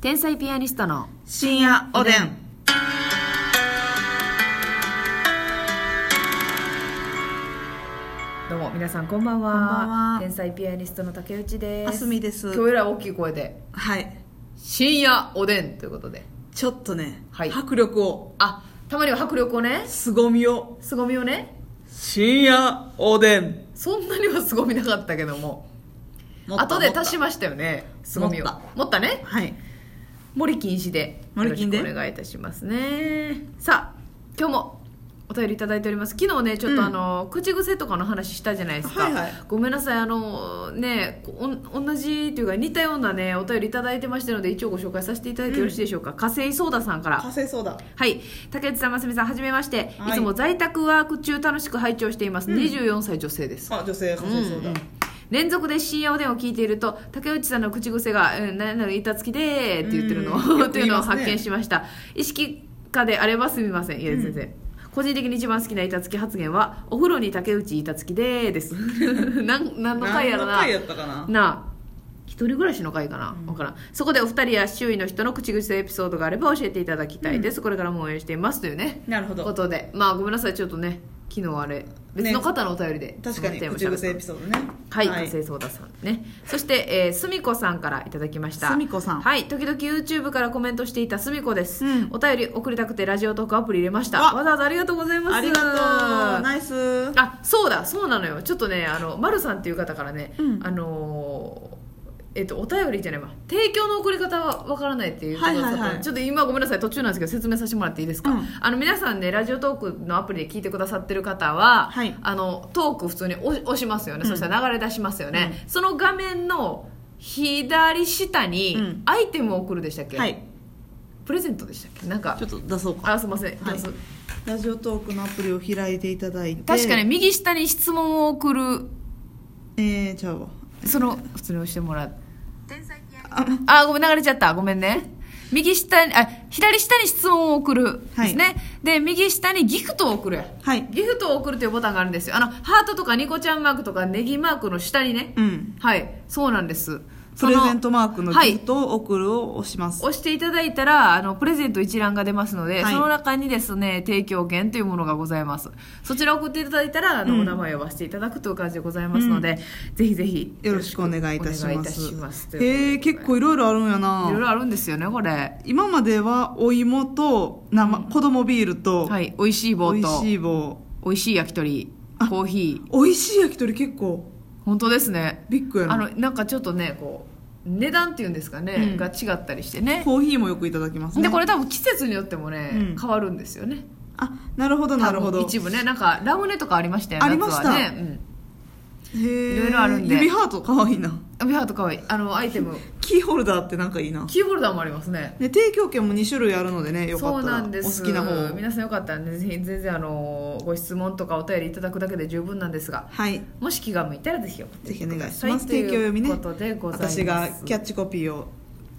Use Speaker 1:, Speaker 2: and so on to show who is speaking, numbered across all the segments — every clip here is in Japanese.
Speaker 1: 天才ピアニストの
Speaker 2: 深夜おでん。
Speaker 1: どうも皆さんこんばんは
Speaker 2: こんばんは
Speaker 1: 天才ピアニストの竹内です
Speaker 2: あすみです
Speaker 1: 今日よりは大きい声で
Speaker 2: はい。
Speaker 1: 深夜おでんということで
Speaker 2: ちょっとね、
Speaker 1: はい
Speaker 2: 迫力を、
Speaker 1: あたまには迫力をね
Speaker 2: 凄みを、
Speaker 1: 凄みをね
Speaker 2: 深夜おでん。
Speaker 1: そんなには凄みなかったけども
Speaker 2: もっと
Speaker 1: 後で
Speaker 2: もっと
Speaker 1: 足しましたよね凄みを
Speaker 2: 持った
Speaker 1: 持ったね
Speaker 2: はい。
Speaker 1: 森禁止で
Speaker 2: 森禁で
Speaker 1: よろしくお願いいたしますねさあ今日もお便りいただいております昨日ねちょっと
Speaker 2: うん
Speaker 1: あの、口癖とかの話したじゃないですか、
Speaker 2: はいはい
Speaker 1: ごめんなさいあのねこうおん同じというか似たようなねお便りいただいてましたので一応ご紹介させていただいてよろしいでしょうか、加瀬井ソーダさんから
Speaker 2: 火星ソーダ。
Speaker 1: はい竹内さん真澄さんはじめまして、
Speaker 2: はい
Speaker 1: い、つも在宅ワーク中楽しく拝聴しています、24歳女性です
Speaker 2: あ、女性火星ソーダ。
Speaker 1: うんうん連続で深夜おでんを聞いていると竹内さんの口癖が「うん、何々板つきでー」って言ってるのを、
Speaker 2: うんよ
Speaker 1: と
Speaker 2: く言
Speaker 1: いう
Speaker 2: い
Speaker 1: のを
Speaker 2: ますね
Speaker 1: 発見しました意識下であればすみませんいや全然、個人的に一番好きな板つき発言は「お風呂に竹内板つきでー」です なん何の回やろな
Speaker 2: 何の回やったかな
Speaker 1: なあ一人暮らしの会かな、わからんそこでお二人や周囲の人の口癖エピソードがあれば教えていただきたいです、これからも応援していますというね
Speaker 2: なるほ
Speaker 1: こ
Speaker 2: ど。
Speaker 1: とでまあごめんなさいちょっとね昨日あれ別の方のお便りで、
Speaker 2: 確かに、
Speaker 1: そのテ
Speaker 2: 口
Speaker 1: ーマ喋った
Speaker 2: 癖エピソードね。
Speaker 1: はい、火星ソーダさんねそして、えー、すみこさんからいただきました
Speaker 2: すみこさん
Speaker 1: はい時々 YouTube からコメントしていたすみこです、
Speaker 2: うん
Speaker 1: お便り送りたくてラジオトークアプリ入れました
Speaker 2: わ
Speaker 1: わざわざありがとうございます
Speaker 2: ありがとう。ナイス。
Speaker 1: あそうだそうなのよちょっとねあの、ま、るさんっていう方からね、
Speaker 2: うん
Speaker 1: あのーえっと、お便りじゃないわ提供の送り方はわからないっていうところだったので、
Speaker 2: はいはいはい
Speaker 1: ちょっと今ごめんなさい途中なんですけど説明させてもらっていいですか、
Speaker 2: うん
Speaker 1: あの皆さんねラジオトークのアプリで聞いてくださってる方は、
Speaker 2: はい
Speaker 1: あのトーク普通に押押しますよね、
Speaker 2: うん
Speaker 1: そしたら流れ出しますよね、その画面の左下
Speaker 2: う
Speaker 1: に
Speaker 2: ん
Speaker 1: アイテムを送るでしたっけ、
Speaker 2: はい。
Speaker 1: プレゼントでしたっけなんか
Speaker 2: ちょっと出そうか。
Speaker 1: あすいません、ど
Speaker 2: はい
Speaker 1: うぞ
Speaker 2: ラジオトークのアプリを開いていただいて。
Speaker 1: 確かに。右下に質問を送る
Speaker 2: えー、ちゃうわ。
Speaker 1: その普通に押してもらって
Speaker 2: あ、
Speaker 1: あごめん流れちゃったごめんね右下にあ左下に質問を送る
Speaker 2: は
Speaker 1: で
Speaker 2: い
Speaker 1: すね、で右下にギフトを送る
Speaker 2: はい。
Speaker 1: ギフトを送るというボタンがあるんですよあのハートとかニコちゃんマークとかネギマークの下にね、
Speaker 2: うん。
Speaker 1: はいそうなんです
Speaker 2: プ
Speaker 1: そ
Speaker 2: レ
Speaker 1: の
Speaker 2: ゼントマークの
Speaker 1: はい
Speaker 2: ギフトを送るを押します。
Speaker 1: 押していただいたらあのプレゼント一覧が出ますので、
Speaker 2: はい
Speaker 1: その中にですね提供券というものがございますそちらを送っていただいたらあの、
Speaker 2: うん
Speaker 1: お名前を呼ばせていただくという感じでございますので、ぜひぜひ
Speaker 2: よろしくお願いいたし
Speaker 1: お願
Speaker 2: ま
Speaker 1: いいたします
Speaker 2: す。
Speaker 1: とい
Speaker 2: へえ、
Speaker 1: うことで
Speaker 2: 結構いろいろあるんや
Speaker 1: いろい
Speaker 2: な。
Speaker 1: ろあるんですよねこれ
Speaker 2: 今まではお芋と生、子供ビールと、
Speaker 1: はい美味しい棒
Speaker 2: 美味
Speaker 1: と
Speaker 2: しい棒。
Speaker 1: 美味しい焼き鳥
Speaker 2: あ
Speaker 1: コーヒー
Speaker 2: 美味しい焼き鳥結構
Speaker 1: 本当ですね
Speaker 2: ビッグや
Speaker 1: あ
Speaker 2: な。
Speaker 1: のなんかちょっとねこう値段っていうんですかね、
Speaker 2: うん
Speaker 1: が違ったりしてね
Speaker 2: コーヒーもよくいただきますね。
Speaker 1: でこれ多分季節によってもね、
Speaker 2: うん
Speaker 1: 変わるんですよね
Speaker 2: あ、なるほどなるほ
Speaker 1: 多
Speaker 2: ど。
Speaker 1: 分一部ねなんかラムネとかありましたよね
Speaker 2: ありました
Speaker 1: 夏はね、うん
Speaker 2: い
Speaker 1: いろいろあるんで
Speaker 2: 指ハート可愛いな。
Speaker 1: あビハートかわいいあのアイテム
Speaker 2: キーホルダーってなんかいいな。
Speaker 1: キーホルダーもありますね
Speaker 2: で提供券も2種類あるのでね、よか
Speaker 1: そう
Speaker 2: った
Speaker 1: な
Speaker 2: ら
Speaker 1: んで
Speaker 2: お
Speaker 1: す
Speaker 2: 好きな方を。
Speaker 1: 皆さんよかったらねぜひ全然あのご質問とかお便りいただくだけで十分なんですが
Speaker 2: はい。
Speaker 1: もし気が向いたらぜひ送ってきてくださ
Speaker 2: ぜひお願いします
Speaker 1: という
Speaker 2: 提供読みね
Speaker 1: ことでございます
Speaker 2: 私がキャッチコピーを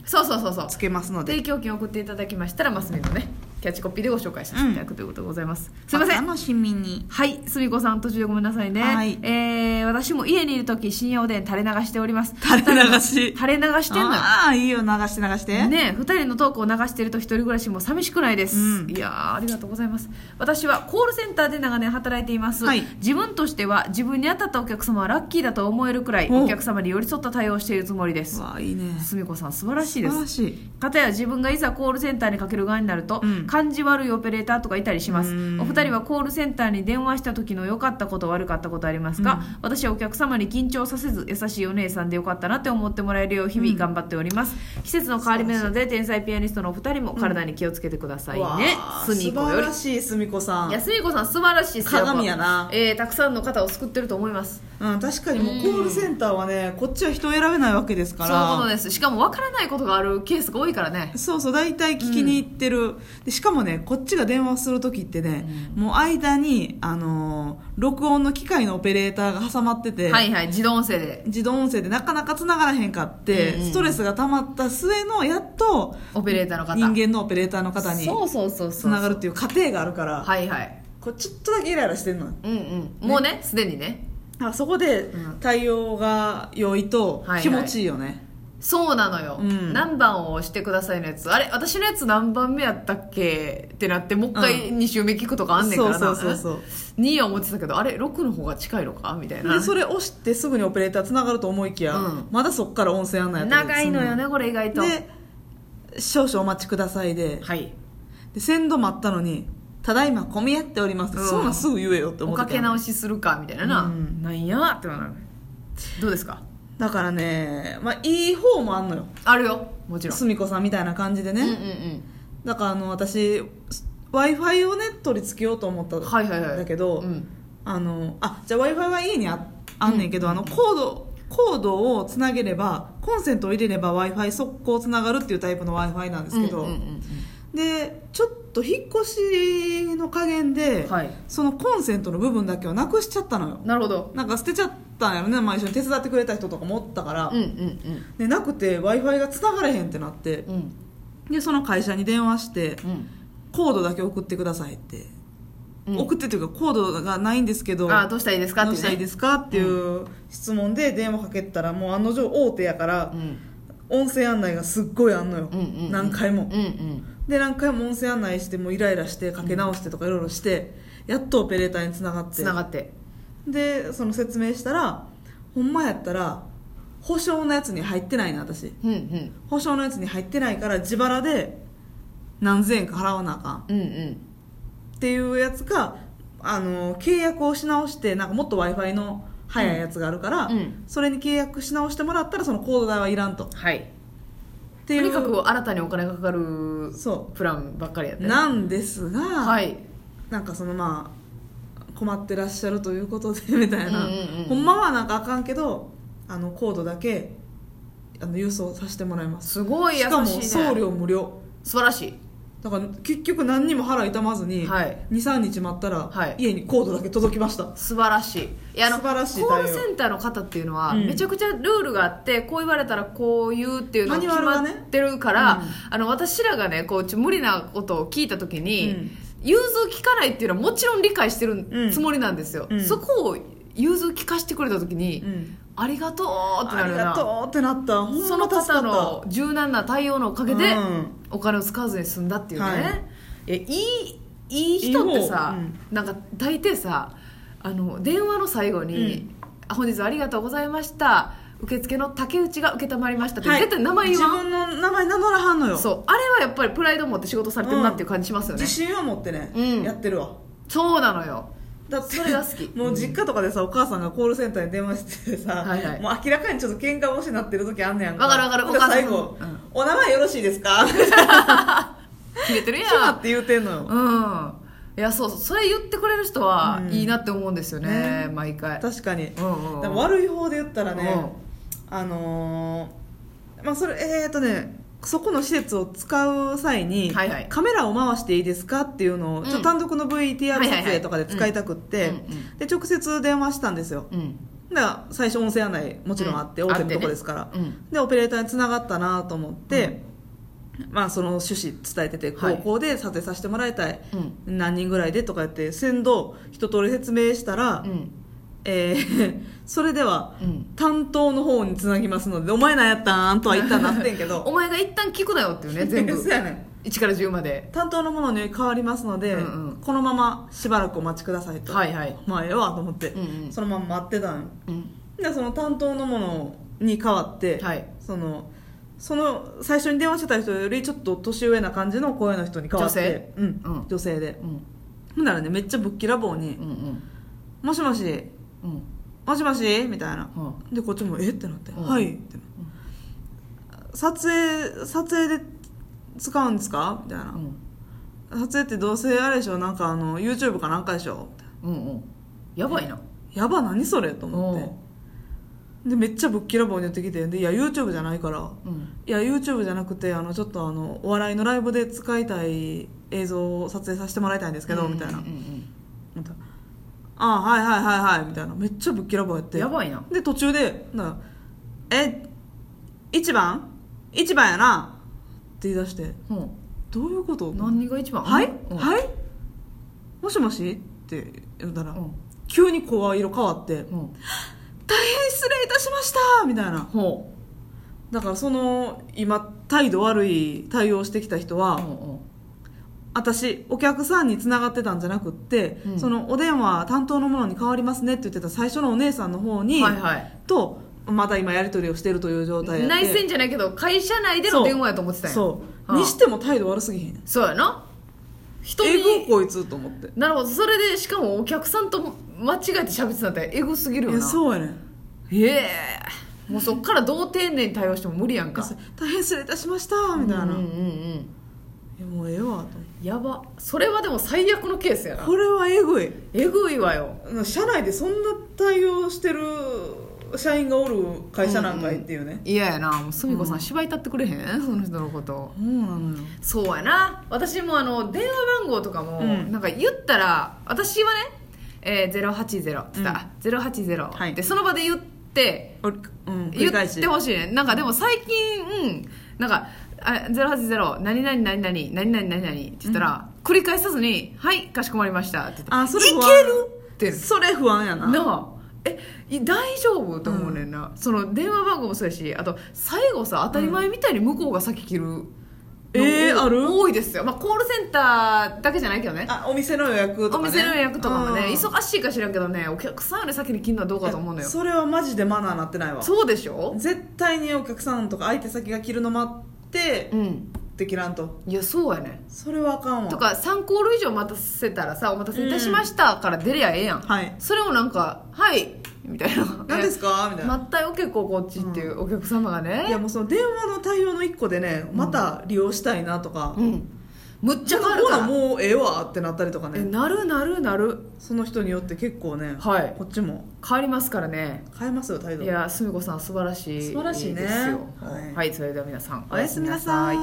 Speaker 1: そうそうそうそう
Speaker 2: つけますので。
Speaker 1: 提供金を送っていただきましたらマスミのねキャッチコピーでご紹介させていただくということでございます、すいませ
Speaker 2: お
Speaker 1: ん
Speaker 2: 楽しみに。
Speaker 1: はい、すみこさん途中でごめんなさいね、
Speaker 2: はい
Speaker 1: えー私も家にいる時深夜おでん垂れ流しております
Speaker 2: 垂れ流し。
Speaker 1: 垂れ流してんのよ
Speaker 2: ああ、いいよ、流して流して。
Speaker 1: ねえ2人のトークを流していると一人暮らしも寂しくないです、
Speaker 2: うん
Speaker 1: いやーありがとうございます私はコールセンターで長年働いています、
Speaker 2: はい
Speaker 1: 自分としては自分に当たったお客様はラッキーだと思えるくらい
Speaker 2: お
Speaker 1: お客様に寄り添った対応をしているつもりです
Speaker 2: わあ、いいね。
Speaker 1: すみこさん素晴らしいです
Speaker 2: 素晴らしい。
Speaker 1: かたや自分がいざコールセンターにかける側になると、
Speaker 2: うん
Speaker 1: 感じ悪いオペレーターとかいたりします
Speaker 2: うん
Speaker 1: お二人はコールセンターに電話した時の良かったこと悪かったことありますか、私はお客様に緊張させず優しいお姉さんでよかったなって思ってもらえるよう日々頑張っております、季節の変わり目なので天才ピアニストのお二人も体に気をつけてくださいね
Speaker 2: わ、あ
Speaker 1: すみこ
Speaker 2: 素
Speaker 1: よ
Speaker 2: 晴
Speaker 1: り
Speaker 2: らしいすみこさ
Speaker 1: いや
Speaker 2: ん、
Speaker 1: すみこさん素晴らしいっすよ
Speaker 2: 鏡やな
Speaker 1: えーたくさんの方を救ってると思います
Speaker 2: うん、確かにもうコールセンターはねこっちは人を選べないわけですか
Speaker 1: そ
Speaker 2: ら
Speaker 1: ういうことですしかも分からないことがあるケースが多いからね
Speaker 2: そうそう大体聞きに行ってる、でしかもねこっちが電話する時ってね、もう間に、あのー録音の機械のオペレーターが挟まってて、
Speaker 1: はいはい自動音声で
Speaker 2: 自動音声でなかなか繋がらへんかって、
Speaker 1: うんうん
Speaker 2: ストレスが溜まった末のやっと
Speaker 1: オペレーターの方
Speaker 2: 人間のオペレーターの方に
Speaker 1: そうそうそうそう
Speaker 2: 繋がるっていう過程があるから
Speaker 1: はいはい
Speaker 2: こうちょっとだけイライラしてんの
Speaker 1: うんうんもうねすでにね
Speaker 2: あそこで
Speaker 1: うん
Speaker 2: 対応が良いと
Speaker 1: はいはい
Speaker 2: 気持ちいいよね、
Speaker 1: そうなのよ、
Speaker 2: うん
Speaker 1: 何番を押してくださいのやつあれ私のやつ何番目やったっけってなってもう一回2周目聞くとかあんねんか
Speaker 2: そう
Speaker 1: らな、
Speaker 2: そうそうそう
Speaker 1: 2は思ってたけどあれ6の方が近いのかみたいな
Speaker 2: でそれ押してすぐにオペレーターつながると思いきや、
Speaker 1: うん
Speaker 2: まだそっから音声案内やったり
Speaker 1: 長いのよねこれ意外
Speaker 2: すん
Speaker 1: と
Speaker 2: のよで少々お待ちくださいで
Speaker 1: はい
Speaker 2: で先導待ったのに「ただいま混み合っております」
Speaker 1: うん
Speaker 2: そんなんすぐ言えよって思
Speaker 1: お
Speaker 2: って
Speaker 1: かけ直しするかみたいなな、
Speaker 2: うん
Speaker 1: なんやってなるどうですか
Speaker 2: だからね、まあ、いい方もあんのよ
Speaker 1: あるよもちろん
Speaker 2: すみこさんみたいな感じでね、
Speaker 1: うんうん
Speaker 2: だからあの私 w i f i をね取り付けようと思った
Speaker 1: うんはいはいはい
Speaker 2: だけど、
Speaker 1: うん
Speaker 2: あのあじゃあ w i f i は家にああんねんけど、あのコードコードをつなげればコンセントを入れれば w i f i 速攻つながるっていうタイプの w i f i なんですけど、
Speaker 1: うんうんうん
Speaker 2: でちょっと引っ越しの加減で、
Speaker 1: はい
Speaker 2: そのコンセントの部分だけをなくしちゃったのよ
Speaker 1: うんなるほど
Speaker 2: なんか捨てちゃったんやろね、まあ、一緒に手伝ってくれた人とかもおったから、
Speaker 1: うんうん
Speaker 2: でなくて w i f i がつながれへんってなって
Speaker 1: うんうん
Speaker 2: でその会社に電話してコードだけ送ってくださいって、
Speaker 1: うん
Speaker 2: 送ってというかコードがないんですけど
Speaker 1: あどうしたらいいですかって
Speaker 2: ど
Speaker 1: ね
Speaker 2: うしたらいいですかっていう質問で電話かけたらもう案の定大手やから
Speaker 1: うん
Speaker 2: 音声案内がすっごいあんのよ、
Speaker 1: うんうんうん
Speaker 2: 何回も
Speaker 1: うんうん
Speaker 2: で何回も音声案内してもうイライラしてかけ直してとかいろいろしてやっとオペレーターにつながって
Speaker 1: つながって
Speaker 2: でその説明したらほんまやったら保証のやつに入ってないな私
Speaker 1: うんうん
Speaker 2: 保証のやつに入ってないから自腹で何千円か払わなあかん
Speaker 1: うんうん
Speaker 2: っていうやつかあの契約をし直してなんかもっと w i f i の早いやつがあるから、
Speaker 1: うんうん
Speaker 2: それに契約し直してもらったらそのコード代はいらんとっ
Speaker 1: はい
Speaker 2: て
Speaker 1: と
Speaker 2: いう
Speaker 1: にかく新たにお金がかかる
Speaker 2: そ
Speaker 1: プランばっかりやっ
Speaker 2: う
Speaker 1: たよ
Speaker 2: なんですが、
Speaker 1: はい
Speaker 2: なんかそのまあ困ってらっしゃるということで みたいな、
Speaker 1: うんうんうん
Speaker 2: ほんまはなんかあかんけどあのコードだけあの郵送させてもらいます
Speaker 1: すごい優し
Speaker 2: し
Speaker 1: い
Speaker 2: かも
Speaker 1: ね
Speaker 2: 送料無料
Speaker 1: 素晴らしい
Speaker 2: だから結局何にも腹痛まずに、
Speaker 1: はい
Speaker 2: 23日待ったら、
Speaker 1: はい
Speaker 2: 家にコードだけ届きました
Speaker 1: 素晴らしいいやあの
Speaker 2: 素晴らしい対応
Speaker 1: コールセンターの方っていうのは、
Speaker 2: うん
Speaker 1: めちゃくちゃルールがあってこう言われたらこう言うっていうのが
Speaker 2: マニ
Speaker 1: 決
Speaker 2: ュアル
Speaker 1: ま
Speaker 2: がね
Speaker 1: ってるから、あの私らがねこうちょ無理なことを聞いた時に、
Speaker 2: うん
Speaker 1: 融通聞かないっていうのはもちろん理解して
Speaker 2: う
Speaker 1: る
Speaker 2: ん
Speaker 1: つもりなんですよ、
Speaker 2: うん
Speaker 1: そこを融通聞かしてくれた時に、
Speaker 2: うん
Speaker 1: ありがとうってな
Speaker 2: あ
Speaker 1: る
Speaker 2: り
Speaker 1: な
Speaker 2: がとうってなったほんま
Speaker 1: その
Speaker 2: 助か
Speaker 1: 方
Speaker 2: った
Speaker 1: の柔軟な対応のおかげで、
Speaker 2: うん
Speaker 1: お金を使わずに済んだっていうね、
Speaker 2: はい
Speaker 1: い、やいいいい人ってさ
Speaker 2: いい方
Speaker 1: なんか大抵さあの電話の最後に、あ本日はありがとうございました受付の竹内が承りました」って、
Speaker 2: はい
Speaker 1: 絶対名前言わ
Speaker 2: 自
Speaker 1: ん
Speaker 2: 分の名前名乗らはんのよ
Speaker 1: そうあれはやっぱりプライド持って仕事されてるなっていう感じしますよね
Speaker 2: 自、信を持ってね、
Speaker 1: うん
Speaker 2: やってるわ
Speaker 1: そうなのよ
Speaker 2: だって
Speaker 1: それが好き
Speaker 2: もう実家とかでさお母さんがコールセンターに電話しててさ、
Speaker 1: はいはい
Speaker 2: もう明らかにちょっと喧嘩腰になってる時あんねやん
Speaker 1: わかるわかる
Speaker 2: ほん
Speaker 1: お
Speaker 2: で
Speaker 1: 母さん
Speaker 2: 最後、
Speaker 1: うん
Speaker 2: お名前よろしいですか?」 って
Speaker 1: 決めてるや
Speaker 2: 今
Speaker 1: ん
Speaker 2: って言うてんのよ
Speaker 1: うんいやそうそうそれ言ってくれる人は
Speaker 2: うん
Speaker 1: いいなって思うんですよね、
Speaker 2: ね
Speaker 1: 毎回
Speaker 2: 確かに、
Speaker 1: うんうんうん
Speaker 2: だから悪い方で言ったらね、あのーまあそれえー、っとねそこの施設を使う際に、
Speaker 1: はいはい
Speaker 2: カメラを回していいですかっていうのを、
Speaker 1: うん
Speaker 2: ちょっと単独の VTR
Speaker 1: はいは
Speaker 2: 撮
Speaker 1: いはい
Speaker 2: 影とかで使いたくって、
Speaker 1: うんうんうん
Speaker 2: で直接電話したんですよ
Speaker 1: うん
Speaker 2: だから最初音声案内もちろんあって、
Speaker 1: うん
Speaker 2: 大手のと
Speaker 1: あって
Speaker 2: こ
Speaker 1: ね
Speaker 2: ですから、
Speaker 1: うん
Speaker 2: でオペレーターに繋がったなと思って、まあその趣旨伝えてて、
Speaker 1: はい
Speaker 2: 高校で撮影させてもらいたい、
Speaker 1: うん
Speaker 2: 何人ぐらいでとか言って先導一通り説明したら、
Speaker 1: うん
Speaker 2: えー それでは
Speaker 1: うん
Speaker 2: 担当の方につなぎますので「お前なんやったん?」とは言ったらなってんけど
Speaker 1: お前が一旦聞くなよっていうね全
Speaker 2: そう
Speaker 1: 部
Speaker 2: やねん
Speaker 1: 1から10まで
Speaker 2: 担当のものに変わりますので、
Speaker 1: うんうん
Speaker 2: このまましばらくお待ちくださいと、
Speaker 1: はいはい
Speaker 2: まあええわと思って、
Speaker 1: うんうん
Speaker 2: そのまま待ってたんよ
Speaker 1: うん
Speaker 2: でその担当のものに変わって、
Speaker 1: はい
Speaker 2: そのその最初に電話してた人よりちょっと年上な感じの声の人に変わって
Speaker 1: 女性
Speaker 2: うん
Speaker 1: うん
Speaker 2: 女性で
Speaker 1: うん
Speaker 2: ほんならねめっちゃぶっきらぼうに
Speaker 1: うんうん
Speaker 2: 「もしもし
Speaker 1: うん
Speaker 2: もしもし?」みたいな
Speaker 1: うん
Speaker 2: でこっちも「えっ?」てなって「
Speaker 1: うん
Speaker 2: はい」って撮影撮影で使うんですかみたいな
Speaker 1: うん
Speaker 2: 撮影ってどうせあれでしょなんかあの YouTube かなんかでしょみたいな
Speaker 1: うんうんやばいな
Speaker 2: やば何それと思ってでめっちゃぶっきらぼうに言ってきてで「いや YouTube じゃないから
Speaker 1: うん
Speaker 2: いや YouTube じゃなくてあのちょっとあのお笑いのライブで使いたい映像を撮影させてもらいたいんですけど、みたいな
Speaker 1: うんうん
Speaker 2: またああはいはいはいはいみたいなめっちゃぶっきらぼうやっ
Speaker 1: うん
Speaker 2: て
Speaker 1: やばいな
Speaker 2: で途中でなえ一番一番やなって言い出して
Speaker 1: うん
Speaker 2: どういうこと
Speaker 1: 何が一番
Speaker 2: はい、
Speaker 1: うん
Speaker 2: はいもしもしって言ったら、
Speaker 1: うん
Speaker 2: 急に声色変わって
Speaker 1: うん
Speaker 2: 大変失礼いたしましたみたいな
Speaker 1: ほ
Speaker 2: だからその今態度悪い対応してきた人は、
Speaker 1: うんうん
Speaker 2: 私お客さんに繋がってたんじゃなくって、
Speaker 1: うん
Speaker 2: そのお電話担当のものに変わりますねって言ってた最初のお姉さんの方に、
Speaker 1: はいはい
Speaker 2: とまだ今やり取りをしてるという状態やって
Speaker 1: 内戦じゃないけど会社内で
Speaker 2: そ
Speaker 1: の
Speaker 2: う
Speaker 1: 電話やと思ってたんや
Speaker 2: そう、
Speaker 1: はあ
Speaker 2: にしても態度悪すぎへん
Speaker 1: そうやな人
Speaker 2: えぐ
Speaker 1: に
Speaker 2: こいつと思って
Speaker 1: なるほどそれでしかもお客さんと間違えて喋ってたんてエグすぎるよ
Speaker 2: い
Speaker 1: な
Speaker 2: やそうやねん
Speaker 1: へえもうそっからどう丁寧に対応しても無理やんか
Speaker 2: 大変失礼いたしましたみたいな、
Speaker 1: うんうんうん
Speaker 2: えもうええわと思って
Speaker 1: やばそれはでも最悪のケースやな
Speaker 2: これはえぐい
Speaker 1: えぐいわよ
Speaker 2: 社内でそんな対応してる社員がおる会社なんかいっていうね、
Speaker 1: 嫌やなもうすみこさん芝居立ってくれへんその人のこと
Speaker 2: そうなのよ
Speaker 1: そうやな私もあの電話番号とかも、
Speaker 2: うん
Speaker 1: なんか言ったら私はね、えー、080って言った、080、
Speaker 2: はい
Speaker 1: でその場で言って
Speaker 2: 俺うん繰
Speaker 1: 言
Speaker 2: り返
Speaker 1: っ
Speaker 2: して
Speaker 1: ほしいねなんかでも最近、うん、なんかあ080何々何々何々何々って言ったら、繰り返さずに「はいかしこまりました」って言って
Speaker 2: あそれ
Speaker 1: い
Speaker 2: 不安
Speaker 1: けるって
Speaker 2: それ不安やな
Speaker 1: なあえい大丈夫と思うねんな、その電話番号もそうやしあと最後さ当たり前みたいに向こうが先切る、
Speaker 2: えーある
Speaker 1: 多いですよ、まあ、コールセンターだけじゃないけどね
Speaker 2: あお店の予約と
Speaker 1: お
Speaker 2: か、ね、
Speaker 1: 店の予約とかもね
Speaker 2: うん
Speaker 1: 忙しいか知らんけどねお客さんより先に切るのはどうかと思うのよそ
Speaker 2: それはマジでマナーなってないわ
Speaker 1: うでしょ
Speaker 2: 絶対にお客さんとか相手先が着るの待って
Speaker 1: うん
Speaker 2: できらんと
Speaker 1: いやそうやね
Speaker 2: それはあかんわ
Speaker 1: とか3コール以上待たせたらさ「お待たせいたしました」から出りゃええやん、
Speaker 2: はい
Speaker 1: それをなんか「はい」みたいな
Speaker 2: 何です
Speaker 1: か
Speaker 2: かみたいな、
Speaker 1: 待ったよ結構こっちっていうお客様がね、
Speaker 2: いやもうその電話の対応の一個でねまた利用したいなとか、
Speaker 1: うん、むっち
Speaker 2: じ
Speaker 1: ゃ
Speaker 2: ゃあ
Speaker 1: 変わるか
Speaker 2: ほな
Speaker 1: ら
Speaker 2: もうええわってなったりとか
Speaker 1: え
Speaker 2: ね
Speaker 1: なるなるなる
Speaker 2: その人によって結構ね、
Speaker 1: はい
Speaker 2: こっちも
Speaker 1: 変わりますからね
Speaker 2: 変えますよ態度
Speaker 1: いやすみこさん素晴らしい
Speaker 2: 素晴らしいね
Speaker 1: ですよ
Speaker 2: はい
Speaker 1: はい、それでは皆さん
Speaker 2: おやすみなさい